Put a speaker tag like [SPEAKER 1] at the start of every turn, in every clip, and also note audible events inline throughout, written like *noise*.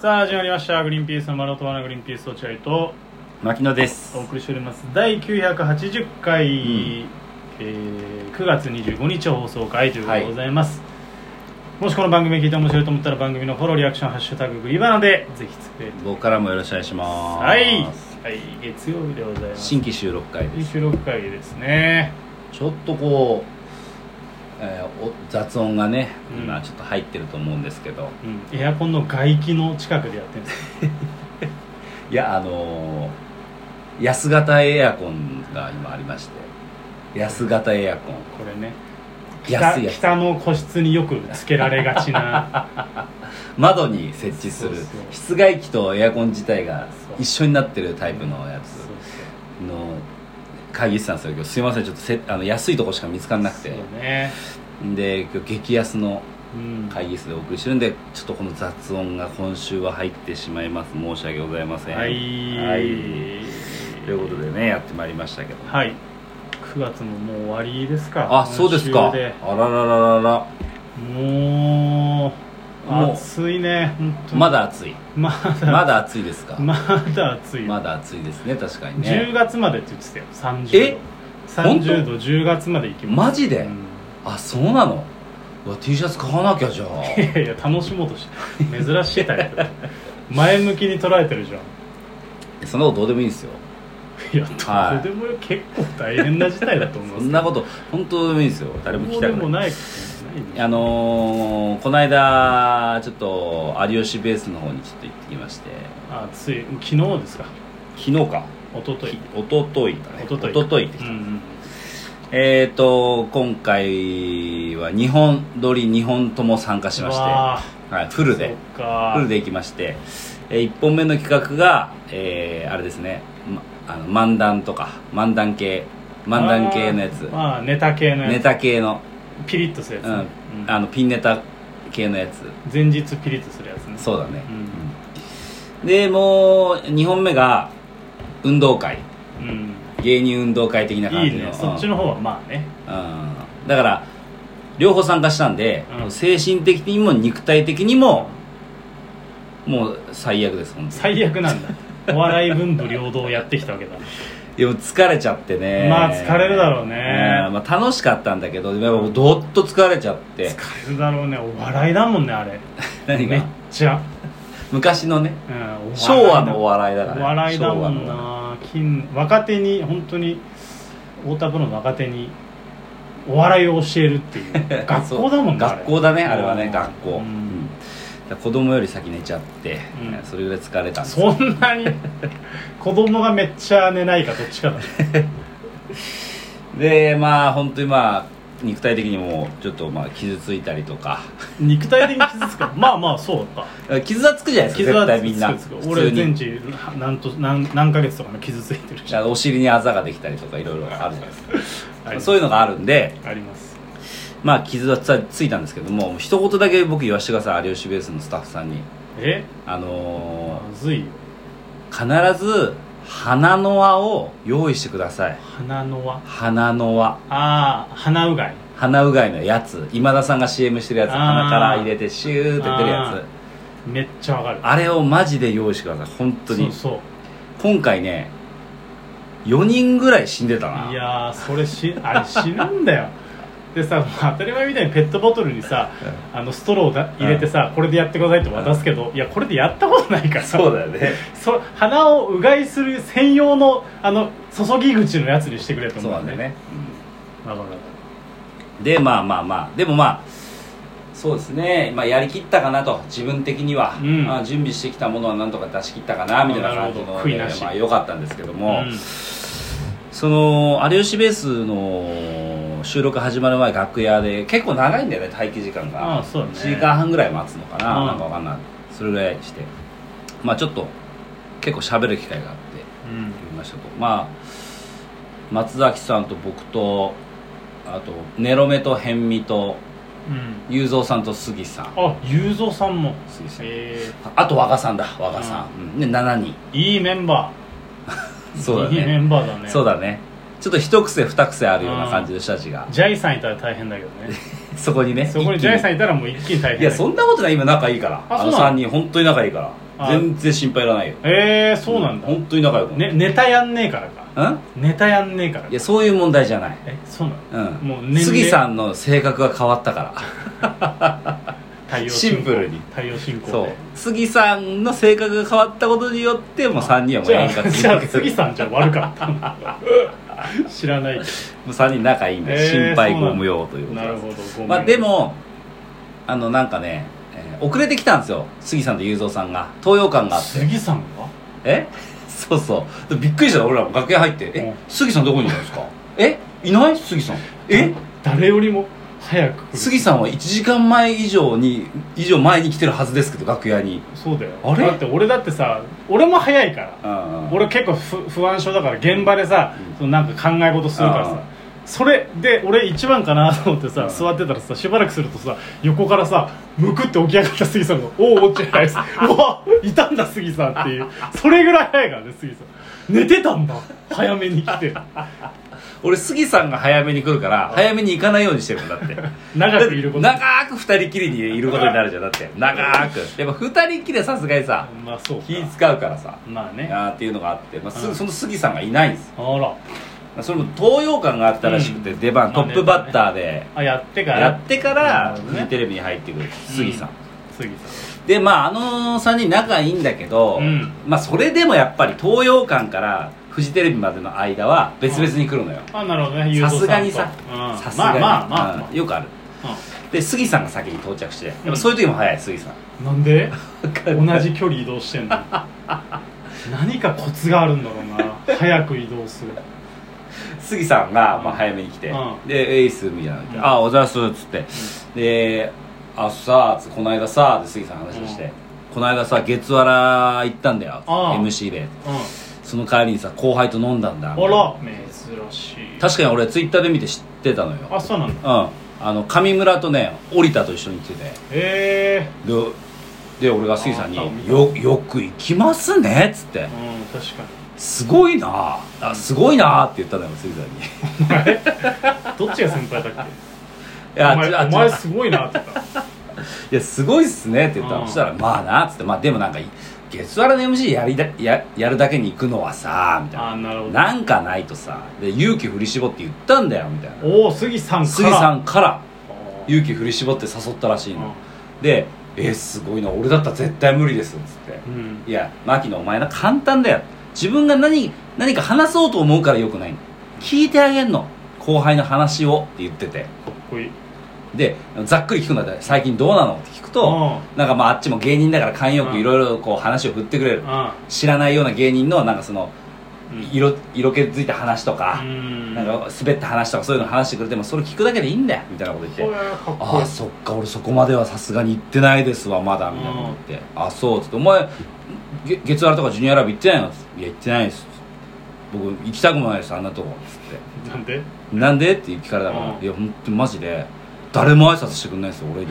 [SPEAKER 1] さあ始まりました「グリーンピースの丸とわなグリーンピース落合」と
[SPEAKER 2] 牧野です
[SPEAKER 1] お送りしております第980回、
[SPEAKER 2] ん
[SPEAKER 1] えー9月25日放送回ということ
[SPEAKER 2] は
[SPEAKER 1] で
[SPEAKER 2] い
[SPEAKER 1] ございます、もしこの番組聞いて面白いと思ったら番組のフォローリアクション「ハッシュタググリバナ」でぜひつぶやいて
[SPEAKER 2] 僕からもよろしくお願いします
[SPEAKER 1] はい、はい、月曜日でございます
[SPEAKER 2] 新規収録回です
[SPEAKER 1] 収録会ですね
[SPEAKER 2] ちょっとこう、えーお雑音がね、
[SPEAKER 1] うん
[SPEAKER 2] 今ちょっと入ってると思うんですけど
[SPEAKER 1] うん、エアコンの外気の近くでやってるんです
[SPEAKER 2] いやあのー安型エアコンが今ありまして安型エアコン
[SPEAKER 1] これね北
[SPEAKER 2] 安いやつ
[SPEAKER 1] 北の個室によくつけられがち
[SPEAKER 2] *laughs*
[SPEAKER 1] な
[SPEAKER 2] 窓に設置する
[SPEAKER 1] そうそう
[SPEAKER 2] 室外機とエアコン自体が
[SPEAKER 1] そう
[SPEAKER 2] 一緒になってるタイプのやつ
[SPEAKER 1] そうそう
[SPEAKER 2] の会議室なんですけどすいませんちょっとせあの安いとこしか見つからなくて
[SPEAKER 1] そうね、
[SPEAKER 2] で今日激安の
[SPEAKER 1] うん、
[SPEAKER 2] 会議室でお送りしてるんでちょっとこの雑音が今週は入ってしまいます申し訳ございません
[SPEAKER 1] はい
[SPEAKER 2] はいということでねやってまいりましたけど
[SPEAKER 1] はい9月ももう終わりですか
[SPEAKER 2] あそうです
[SPEAKER 1] 今
[SPEAKER 2] か
[SPEAKER 1] 週で
[SPEAKER 2] あららららら
[SPEAKER 1] もう
[SPEAKER 2] もう
[SPEAKER 1] 暑いね本当に
[SPEAKER 2] まだ
[SPEAKER 1] *laughs*
[SPEAKER 2] 暑い
[SPEAKER 1] ま
[SPEAKER 2] ま
[SPEAKER 1] だ
[SPEAKER 2] だ暑いですか
[SPEAKER 1] まだ暑い、
[SPEAKER 2] まだ暑いですね確かに
[SPEAKER 1] 10
[SPEAKER 2] ね
[SPEAKER 1] 月までって言ってたよ30
[SPEAKER 2] え
[SPEAKER 1] 度30度10月まで行きます
[SPEAKER 2] マジであそうなのうわ T シャツ買わなきゃじゃあ
[SPEAKER 1] *laughs* うんいやいや楽しもうとして珍しいタイプ前向きに捉えてるじゃん
[SPEAKER 2] そんなことどうでもいいですよ
[SPEAKER 1] いや
[SPEAKER 2] はい
[SPEAKER 1] とてもよ結構大変な事態だと思いま
[SPEAKER 2] そ
[SPEAKER 1] す
[SPEAKER 2] んなこと本当どうでもいいですよ誰も
[SPEAKER 1] ど
[SPEAKER 2] 聞き
[SPEAKER 1] う
[SPEAKER 2] た
[SPEAKER 1] で
[SPEAKER 2] くない
[SPEAKER 1] もない
[SPEAKER 2] あのー、この間ちょっと有吉ベースの方にちょっと行ってきまして
[SPEAKER 1] あつい昨日ですか
[SPEAKER 2] 昨日か
[SPEAKER 1] 一昨日
[SPEAKER 2] おとといだね
[SPEAKER 1] 一昨日
[SPEAKER 2] おとといってき
[SPEAKER 1] う
[SPEAKER 2] た、
[SPEAKER 1] ん
[SPEAKER 2] えっ、ー、と今回は2本撮り2本とも参加しまして、は
[SPEAKER 1] わあ
[SPEAKER 2] い、フルで
[SPEAKER 1] そうか
[SPEAKER 2] フルで行きまして、え1本目の企画が、えーあれですね、ま、あの漫談とか漫談系漫談系のやつ
[SPEAKER 1] あーまあネタ系のやつ
[SPEAKER 2] ネタ系の、
[SPEAKER 1] ピリッとするやつ
[SPEAKER 2] う
[SPEAKER 1] ね、
[SPEAKER 2] ん
[SPEAKER 1] うん
[SPEAKER 2] あのピンネタ系のやつ
[SPEAKER 1] 前日ピリッとするやつね
[SPEAKER 2] そうだね、
[SPEAKER 1] うん
[SPEAKER 2] でもう2本目が運動会
[SPEAKER 1] うん、
[SPEAKER 2] 芸人運動会的な感
[SPEAKER 1] い
[SPEAKER 2] じ
[SPEAKER 1] い
[SPEAKER 2] の
[SPEAKER 1] ねそっちの方はまあね
[SPEAKER 2] うんだから両方参加したんで、
[SPEAKER 1] うん
[SPEAKER 2] 精神的にも肉体的にももう最悪です本当に
[SPEAKER 1] 最悪なんだ
[SPEAKER 2] *laughs*
[SPEAKER 1] お笑い文武両道やってきたわけだ
[SPEAKER 2] でも疲れちゃってね
[SPEAKER 1] まあ疲れるだろうね
[SPEAKER 2] うんまあ、楽しかったんだけどでもどっと疲れちゃって
[SPEAKER 1] 疲れるだろうねお笑いだもんねあれ
[SPEAKER 2] 何
[SPEAKER 1] めっ
[SPEAKER 2] が
[SPEAKER 1] ちゃ、
[SPEAKER 2] 昔のね
[SPEAKER 1] うん、お笑いだ
[SPEAKER 2] 昭和のお笑いだから、
[SPEAKER 1] お笑いだもん
[SPEAKER 2] 昭和の
[SPEAKER 1] な金若手に本当に太田プロの若手にお笑いを教えるっていう
[SPEAKER 2] *laughs*
[SPEAKER 1] 学校だもんねあれ
[SPEAKER 2] 学校だねあれはね
[SPEAKER 1] うん
[SPEAKER 2] 学校、
[SPEAKER 1] う
[SPEAKER 2] うんんだから子供より先寝ちゃって、
[SPEAKER 1] うん
[SPEAKER 2] それぐらい疲れたんですよ
[SPEAKER 1] そんなに子供がめっちゃ寝ないかどっちかだね
[SPEAKER 2] でまあ本当にまあ肉体的にもちょっとまあ傷ついたりとか
[SPEAKER 1] 肉体的に傷つく
[SPEAKER 2] *laughs*
[SPEAKER 1] からまあまあそうか
[SPEAKER 2] 傷はつくじゃないです
[SPEAKER 1] 傷
[SPEAKER 2] か
[SPEAKER 1] は
[SPEAKER 2] 絶対
[SPEAKER 1] つ
[SPEAKER 2] みんな
[SPEAKER 1] くつく俺
[SPEAKER 2] 普通
[SPEAKER 1] 全
[SPEAKER 2] に
[SPEAKER 1] 治何と何何ヶ月とかの傷ついてるし
[SPEAKER 2] あのお尻にあざができたりとかいろいろあるじゃないですか
[SPEAKER 1] あります
[SPEAKER 2] そういうのがあるんで
[SPEAKER 1] あります
[SPEAKER 2] まあ傷はつついたんですけども一言だけ僕言わせてください有吉ベースのスタッフさんに
[SPEAKER 1] え
[SPEAKER 2] あ
[SPEAKER 1] ま
[SPEAKER 2] の
[SPEAKER 1] ずいよ
[SPEAKER 2] ー必ず花の輪を用意してください
[SPEAKER 1] 鼻の輪
[SPEAKER 2] 花の輪
[SPEAKER 1] ああ鼻うがい
[SPEAKER 2] 花うがいのやつ今田さんが CM してるやつ
[SPEAKER 1] あー
[SPEAKER 2] 鼻から入れてシューって出るやつ
[SPEAKER 1] めっちゃわかる
[SPEAKER 2] あれをマジで用意してください本当
[SPEAKER 1] そ
[SPEAKER 2] に
[SPEAKER 1] うそう
[SPEAKER 2] 今回ね4人ぐらい死んでたない
[SPEAKER 1] やーそれしあれ死ぬんだよ *laughs* でさ当たり前みたいにペットボトルにさあのストローをだ入れてさ、これでやってくださいって渡すけど、いやこれでやったことないから
[SPEAKER 2] そうだよね
[SPEAKER 1] そ鼻をうがいする専用のあの注ぎ口のやつにしてくれと
[SPEAKER 2] そ
[SPEAKER 1] 思
[SPEAKER 2] う
[SPEAKER 1] う
[SPEAKER 2] なんだよね
[SPEAKER 1] だから
[SPEAKER 2] でまあまあまあでもまあそうですね、まあ、やりきったかなと自分的には、
[SPEAKER 1] うん
[SPEAKER 2] まあ、準備してきたものはなんとか出し切ったかなみたいな感じ
[SPEAKER 1] なるほ
[SPEAKER 2] の
[SPEAKER 1] ど悔
[SPEAKER 2] で
[SPEAKER 1] いなし
[SPEAKER 2] まあ、良かったんですけども、
[SPEAKER 1] うん
[SPEAKER 2] その有吉ベースの収録始まる前楽屋で結構長いんだよね待機時間
[SPEAKER 1] あ
[SPEAKER 2] が
[SPEAKER 1] あそうだね
[SPEAKER 2] 1時間半ぐらい待つのかな、
[SPEAKER 1] うん
[SPEAKER 2] なんかわかんないそれぐらいしてまあちょっと結構喋る機会があって
[SPEAKER 1] うん
[SPEAKER 2] 言いましたとまあ松崎さんと僕とあとネロメとヘンミと
[SPEAKER 1] うん
[SPEAKER 2] 雄三さんと杉さん
[SPEAKER 1] あ雄三さんも
[SPEAKER 2] 杉さん
[SPEAKER 1] え
[SPEAKER 2] あと和賀さんだ和賀さん、うん、で7人
[SPEAKER 1] ー、いいメンバー
[SPEAKER 2] そうだ
[SPEAKER 1] いいメ
[SPEAKER 2] ね
[SPEAKER 1] ンバーだね
[SPEAKER 2] *laughs* そう
[SPEAKER 1] だ
[SPEAKER 2] だねちょっと一癖二癖あるような感じの人た
[SPEAKER 1] *laughs*
[SPEAKER 2] ちが
[SPEAKER 1] ジャイさんいたら大変だけど *laughs* ね
[SPEAKER 2] そこにね
[SPEAKER 1] そこに
[SPEAKER 2] 一気に
[SPEAKER 1] ジャイさんいたらもう一気に大変
[SPEAKER 2] いやそんなことない今仲いいから
[SPEAKER 1] あ
[SPEAKER 2] あ
[SPEAKER 1] そう
[SPEAKER 2] の
[SPEAKER 1] なの
[SPEAKER 2] 3人本当に仲いいから
[SPEAKER 1] あ
[SPEAKER 2] 全然心配いらないよ
[SPEAKER 1] えー、そうなんだ、
[SPEAKER 2] 本当に仲良く
[SPEAKER 1] ね、ネタやんねえからか
[SPEAKER 2] うん
[SPEAKER 1] ネタやんねえからか
[SPEAKER 2] いやそういう問題じゃない
[SPEAKER 1] えそうなの
[SPEAKER 2] うん
[SPEAKER 1] もう年齢
[SPEAKER 2] 杉さんの性格が変わったから
[SPEAKER 1] 太陽
[SPEAKER 2] シンプルに
[SPEAKER 1] 太陽進行で
[SPEAKER 2] そう杉さんの性格が変わったことによってもう3人はもう
[SPEAKER 1] じゃ
[SPEAKER 2] 円
[SPEAKER 1] あ
[SPEAKER 2] 滑に
[SPEAKER 1] じゃあ杉さんじゃ悪かったんだ *laughs* 知らないけ
[SPEAKER 2] もう3人仲いいんで、
[SPEAKER 1] えー
[SPEAKER 2] 心配ご無用という
[SPEAKER 1] ど
[SPEAKER 2] こと
[SPEAKER 1] な
[SPEAKER 2] で
[SPEAKER 1] る
[SPEAKER 2] す
[SPEAKER 1] ほどごめん
[SPEAKER 2] まあでもあのなんかね、えー遅れてきたんですよ杉さんと雄三さんが東洋館があって
[SPEAKER 1] 杉さんが
[SPEAKER 2] え *laughs* そうそうでびっくりした俺らも楽屋入って
[SPEAKER 1] う
[SPEAKER 2] 「え
[SPEAKER 1] ん
[SPEAKER 2] 杉さんどこにいるんですかえいない杉さんえ
[SPEAKER 1] 誰よりも早く来る
[SPEAKER 2] 杉さんは1時間前以上に以上前に来てるはずですけど楽屋に
[SPEAKER 1] そうだよ
[SPEAKER 2] あれ
[SPEAKER 1] だって俺だってさ俺も早いから
[SPEAKER 2] 俺
[SPEAKER 1] 俺結構不不安症だから現場でさ、そのなんか考え事するから
[SPEAKER 2] うん
[SPEAKER 1] さそれで俺一番かなと思ってさ、
[SPEAKER 2] うん
[SPEAKER 1] 座ってたらさしばらくするとさ横からさむくって起き上がった杉さんが「おお落ちないです」「うわいたんだ杉さん」っていうそれぐらい早いからね杉さん寝てたんだ早めに来て
[SPEAKER 2] 俺杉さんが早めに来るから早めに行かないようにしてるんだって
[SPEAKER 1] 長くいること
[SPEAKER 2] 長く二人きりにいることになるじゃんだって長くやっぱ二人きりはさすがにさ
[SPEAKER 1] まあそうか
[SPEAKER 2] 気使うからさ
[SPEAKER 1] まあ
[SPEAKER 2] あ
[SPEAKER 1] ね
[SPEAKER 2] ーっていうのがあって、まあ、す
[SPEAKER 1] うん
[SPEAKER 2] その杉さんがいないんです
[SPEAKER 1] あら
[SPEAKER 2] それも東洋館があったらしくて、
[SPEAKER 1] うん
[SPEAKER 2] 出番
[SPEAKER 1] ま
[SPEAKER 2] ト
[SPEAKER 1] あ
[SPEAKER 2] ップバッターで
[SPEAKER 1] あやってから
[SPEAKER 2] やってから
[SPEAKER 1] なるほど
[SPEAKER 2] フ
[SPEAKER 1] ね
[SPEAKER 2] ジテレビに入ってくる杉さん、
[SPEAKER 1] 杉さ
[SPEAKER 2] でまああの3人仲いいんだけど、
[SPEAKER 1] うん
[SPEAKER 2] まあそれでもやっぱり東洋館からフジテレビまでの間は別々に来るのよ
[SPEAKER 1] んあなるほどね
[SPEAKER 2] さすがにさ
[SPEAKER 1] うん
[SPEAKER 2] さす
[SPEAKER 1] ま
[SPEAKER 2] が
[SPEAKER 1] あ
[SPEAKER 2] に
[SPEAKER 1] まあまあま
[SPEAKER 2] うんよくある
[SPEAKER 1] あ
[SPEAKER 2] で杉さんが先に到着してやっ
[SPEAKER 1] うん
[SPEAKER 2] ぱそういう時も早い杉さん
[SPEAKER 1] うんなんで同
[SPEAKER 2] 同
[SPEAKER 1] じ距離移動して
[SPEAKER 2] *laughs*
[SPEAKER 1] んの何かコツがあるんだろうな早く移動する
[SPEAKER 2] 杉さんがま
[SPEAKER 1] う
[SPEAKER 2] あ
[SPEAKER 1] ん
[SPEAKER 2] 早めに来て、
[SPEAKER 1] うん
[SPEAKER 2] で「エイス」みたいなの言って
[SPEAKER 1] うん
[SPEAKER 2] ああおざいます」っつって、で「あさあつこの間さ」で杉さん話をして、
[SPEAKER 1] うん
[SPEAKER 2] この間さ月わら行ったんだよ
[SPEAKER 1] ああ
[SPEAKER 2] MC で
[SPEAKER 1] うん
[SPEAKER 2] その帰りにさ後輩と飲んだんだ
[SPEAKER 1] あら珍しい
[SPEAKER 2] 確かに俺ツイッターで見て知ってたのよ
[SPEAKER 1] あそうなんだ
[SPEAKER 2] うんあの上村とね織田と一緒に行ってて
[SPEAKER 1] へ
[SPEAKER 2] でで俺が杉さんに
[SPEAKER 1] ああ見
[SPEAKER 2] 「
[SPEAKER 1] た
[SPEAKER 2] よよく行きますね」っつって
[SPEAKER 1] えうん確かに
[SPEAKER 2] 「すごいなあすごいな」って言ったのよ杉さんにい
[SPEAKER 1] どっちが先輩だっけ
[SPEAKER 2] や
[SPEAKER 1] お
[SPEAKER 2] ち
[SPEAKER 1] 前
[SPEAKER 2] ょあ
[SPEAKER 1] お
[SPEAKER 2] ちょ
[SPEAKER 1] 前すごいなって言
[SPEAKER 2] *laughs*
[SPEAKER 1] った
[SPEAKER 2] いやすごいっすねって言った
[SPEAKER 1] う
[SPEAKER 2] の
[SPEAKER 1] ん
[SPEAKER 2] そしたら「まあな」っつって「まあでもなんか月原の MC やりだややるだけに行くのはさ」みたい
[SPEAKER 1] あーなるほど
[SPEAKER 2] な「なんかないとさで勇気振り絞って言ったんだよ」みたいな
[SPEAKER 1] おお杉さんから
[SPEAKER 2] 杉さんから
[SPEAKER 1] あー
[SPEAKER 2] 勇気振り絞って誘ったらしいの
[SPEAKER 1] う
[SPEAKER 2] で「えすごいな俺だったら絶対無理です」っつって
[SPEAKER 1] ん
[SPEAKER 2] 「いや牧野お前な簡単だよ自分が何何か話そうと思うからよくないの聞いてあげんの後輩の話を」って言ってて
[SPEAKER 1] かっこいい
[SPEAKER 2] でざっくり聞くんだったら「最近どうなの?」って聞くと「なんかまああっちも芸人だから寛容
[SPEAKER 1] う
[SPEAKER 2] く
[SPEAKER 1] ん
[SPEAKER 2] いろいろこう話を振ってくれる
[SPEAKER 1] うんうん
[SPEAKER 2] 知らないような芸人のなんかその
[SPEAKER 1] うん
[SPEAKER 2] 色色気づいた話と
[SPEAKER 1] う
[SPEAKER 2] か
[SPEAKER 1] ん
[SPEAKER 2] なんか滑った話とかそういうの話してくれてもそれ聞くだけでいいんだよみたいなこと言っ
[SPEAKER 1] これ
[SPEAKER 2] て
[SPEAKER 1] かっ
[SPEAKER 2] あ
[SPEAKER 1] こい
[SPEAKER 2] あ
[SPEAKER 1] い
[SPEAKER 2] そっか俺そこまではさすがに行ってないですわまだみたいなこと言ってあそうっつってお前げ月原とかジュニアラブ行ってないのつっていや行ってないです僕行きたくもないですあんなとこつっ
[SPEAKER 1] なんで
[SPEAKER 2] てなんでって聞かれたから
[SPEAKER 1] うん
[SPEAKER 2] いや本当にマジで誰も挨拶してくれないですよ
[SPEAKER 1] *laughs*
[SPEAKER 2] 俺に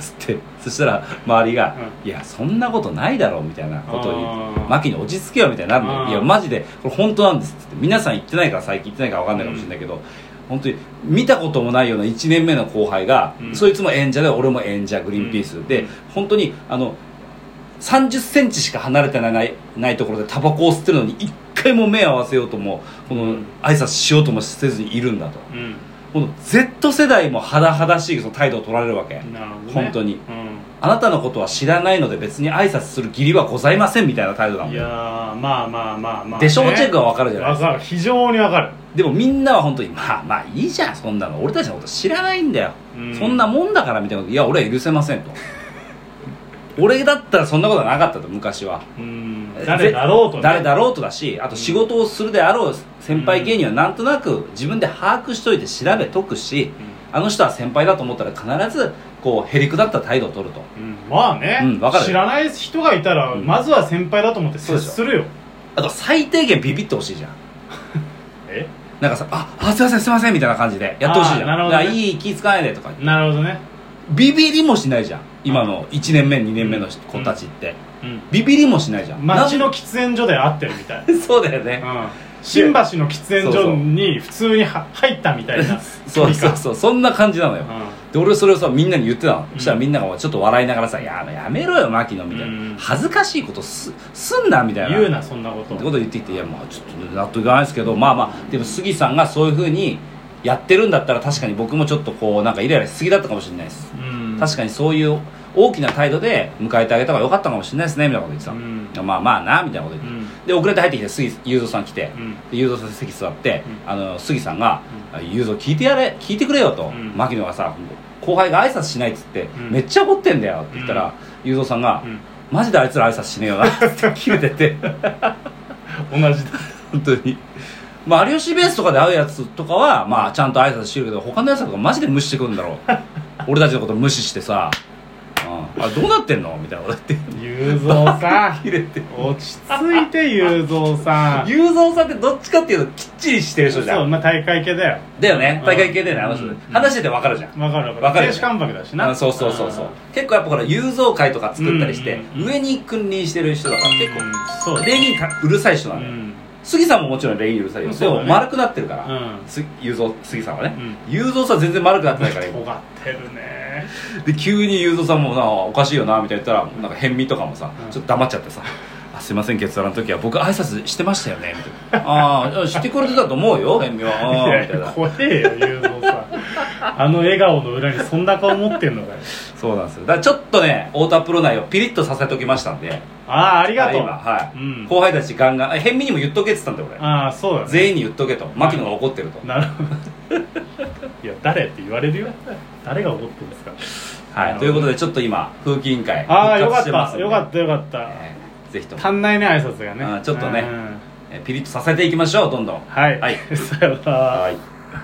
[SPEAKER 2] つってそしたら周りが「いやそんなことないだろ」うみたいなことを言っ
[SPEAKER 1] あ
[SPEAKER 2] て
[SPEAKER 1] ー
[SPEAKER 2] 「マキに落ち着けよ」みたいになるんだ
[SPEAKER 1] あ
[SPEAKER 2] よ
[SPEAKER 1] ー
[SPEAKER 2] 「いやマジでこれ本当なんです」っつって皆さん言ってないから最近言ってないから分かんないかもしれないけど、本当に見たこともないような1年目の後輩が、
[SPEAKER 1] うん
[SPEAKER 2] そいつも演者で俺も演者グリーンピース、で本当にあの3 0ンチしか離れてないないところでタバコを吸ってるのに一回も目合わせようとも
[SPEAKER 1] う
[SPEAKER 2] この
[SPEAKER 1] ん
[SPEAKER 2] 挨拶しようともせずにいるんだと
[SPEAKER 1] うん
[SPEAKER 2] この Z 世代も肌々しいその態度を取られるわけ、
[SPEAKER 1] なるほどね
[SPEAKER 2] 本当に
[SPEAKER 1] うん
[SPEAKER 2] あなたのことは知らないので別に挨拶する義理はございませんみたいな態度だもん
[SPEAKER 1] いやーまあまあまあまあ、
[SPEAKER 2] でしょうチェックは分かるじゃないで
[SPEAKER 1] わ
[SPEAKER 2] すか
[SPEAKER 1] かる非常にわかる
[SPEAKER 2] でもみんなは本当にまあまあいいじゃんそんなの俺たちのこと知らないんだよ、
[SPEAKER 1] うん
[SPEAKER 2] そんなもんだからみたいなこといや俺は許せませんと *laughs* 俺だったらそんなことはなかったと昔は
[SPEAKER 1] うん誰だろうと、
[SPEAKER 2] ぜ誰だろうとだしあと仕事をするであろう先輩芸人はなんとなく自分で把握しといて調べとくしあの人は先輩だと思ったら必ずこうへりくだった態度を取ると
[SPEAKER 1] うん、うんまあね、
[SPEAKER 2] うんわかる
[SPEAKER 1] 知らない人がいたら、
[SPEAKER 2] うん
[SPEAKER 1] まずは先輩だと思って
[SPEAKER 2] そう
[SPEAKER 1] 接
[SPEAKER 2] でしょ
[SPEAKER 1] するよ
[SPEAKER 2] あと最低限ビビってほしいじゃん
[SPEAKER 1] え
[SPEAKER 2] なんかさ「ああすいませんすいません」みたいな感じでやってほしいじゃん
[SPEAKER 1] あーなるほどね
[SPEAKER 2] だからいい気使わないでとか
[SPEAKER 1] なるほどね
[SPEAKER 2] ビビりもしないじゃん今の1年目2年目の子たちって、
[SPEAKER 1] うん
[SPEAKER 2] ビビりもしないじゃ
[SPEAKER 1] *laughs*
[SPEAKER 2] ん
[SPEAKER 1] 街
[SPEAKER 2] な
[SPEAKER 1] の喫煙所で会ってるみたい、
[SPEAKER 2] んそうだよね
[SPEAKER 1] うん、新橋の喫煙所に普通には入ったみたいな
[SPEAKER 2] そうそう
[SPEAKER 1] 距離感
[SPEAKER 2] そうそんな感じなの
[SPEAKER 1] う
[SPEAKER 2] よ
[SPEAKER 1] ん
[SPEAKER 2] で俺それをさみんなに言ってたの、
[SPEAKER 1] うん
[SPEAKER 2] そしたらみんながちょっと笑いながらさ「ややめろよ牧野」みたいな、
[SPEAKER 1] うん
[SPEAKER 2] 恥ずかしいことすすんな」みたいな
[SPEAKER 1] 言うなそんなこと
[SPEAKER 2] ってことを言ってきていやまあちょっと納得いかないですけどまあまあでも杉さんがそういうふうにやってるんだったら確かに僕もちょっとこうなんかイライラしすぎだったかもしれないです、
[SPEAKER 1] うん
[SPEAKER 2] 確かにそういう大きな態度で迎えてあげた方が良かったかもしれないですねみたいなこと言ってた
[SPEAKER 1] う
[SPEAKER 2] の、
[SPEAKER 1] ん
[SPEAKER 2] いやまあまあなみたいなこと言
[SPEAKER 1] う
[SPEAKER 2] って、
[SPEAKER 1] ん
[SPEAKER 2] で遅れて入ってきて杉雄三さん来て、
[SPEAKER 1] うん
[SPEAKER 2] で雄三さん席座って、
[SPEAKER 1] う
[SPEAKER 2] あの杉さんが「雄三聞いてやれ聞いてくれよ」と、
[SPEAKER 1] うん
[SPEAKER 2] 牧野がさ後輩が挨拶しないっつって、
[SPEAKER 1] うん
[SPEAKER 2] めっちゃ怒ってんだよって言ったら雄三、さんが、
[SPEAKER 1] うん
[SPEAKER 2] マジであいつら挨拶しねえよな」って切れてて *laughs*
[SPEAKER 1] 同じだ
[SPEAKER 2] 本当に。まあ、有吉ベースとかで会うやつとかは、まあ、ちゃんと挨拶してるけど他のやつとかマジで無視してくるんだ
[SPEAKER 1] *laughs*
[SPEAKER 2] ろう俺たちのこと無視してさ「うん、あれどうなってんの?」みたいなこと言って
[SPEAKER 1] 雄三さん
[SPEAKER 2] 切れて
[SPEAKER 1] 落ち着いて雄三さん
[SPEAKER 2] 雄三さんってどっちかっていうときっちりしてる人じゃん
[SPEAKER 1] そうまあ大会系だよ
[SPEAKER 2] だよね大会系でね、あの
[SPEAKER 1] う
[SPEAKER 2] 人
[SPEAKER 1] ん
[SPEAKER 2] 話してて分かるじゃん、
[SPEAKER 1] わかるわ
[SPEAKER 2] わ
[SPEAKER 1] か
[SPEAKER 2] か
[SPEAKER 1] る
[SPEAKER 2] る
[SPEAKER 1] 亭主関白だし
[SPEAKER 2] あ
[SPEAKER 1] な
[SPEAKER 2] そうそうそうそう結構やっぱほら雄三会とか作ったりして、
[SPEAKER 1] うんうんうん
[SPEAKER 2] 上に君臨してる人だから結
[SPEAKER 1] うん
[SPEAKER 2] 構
[SPEAKER 1] そうだね
[SPEAKER 2] 礼儀かうるさい人な
[SPEAKER 1] うん
[SPEAKER 2] だよ、
[SPEAKER 1] ん
[SPEAKER 2] 杉さんももちろん礼儀うるさいよ、
[SPEAKER 1] うん
[SPEAKER 2] で
[SPEAKER 1] そうだ
[SPEAKER 2] も
[SPEAKER 1] ね
[SPEAKER 2] 丸くなってるから、
[SPEAKER 1] うん
[SPEAKER 2] す雄三杉さんはね雄三さん全然丸くなってないから今
[SPEAKER 1] 尖ってるね
[SPEAKER 2] で急に雄三さんもなおかしいよなみたいな言ったらなんか変身とかもさ、
[SPEAKER 1] うん
[SPEAKER 2] ちょっと黙っちゃってさ「あすいませんケツアラの時は僕挨拶してましたよね」みたいな「ああ知ってくれてたと思うよ変身は」
[SPEAKER 1] い
[SPEAKER 2] あーみたい
[SPEAKER 1] や
[SPEAKER 2] な
[SPEAKER 1] 怖えよ雄三さんあの笑顔の裏にそんな顔持ってんのかよ
[SPEAKER 2] そうなんですよだからちょっとね太田プロ内をピリッとさせておきましたんで
[SPEAKER 1] ああありがとう
[SPEAKER 2] 今は
[SPEAKER 1] う
[SPEAKER 2] い、
[SPEAKER 1] ん
[SPEAKER 2] 後輩たちガンガンあ変身にも言っとけって言ったんだよ
[SPEAKER 1] ああそうだ
[SPEAKER 2] 俺
[SPEAKER 1] ね
[SPEAKER 2] 全員に言っとけと牧野が怒ってると、
[SPEAKER 1] なるほどいや誰って言われるよ誰が怒ってるんですか
[SPEAKER 2] はい、ということでちょっと今風紀委員会
[SPEAKER 1] ああよかっ
[SPEAKER 2] 復活してますん
[SPEAKER 1] た
[SPEAKER 2] で
[SPEAKER 1] よかったよかった
[SPEAKER 2] えーぜひとも
[SPEAKER 1] 足んないね挨拶がね
[SPEAKER 2] あーちょっとね
[SPEAKER 1] うん
[SPEAKER 2] えーピリッとさせていきましょうどんどん
[SPEAKER 1] はい、
[SPEAKER 2] はい
[SPEAKER 1] *laughs* さようなら
[SPEAKER 2] はい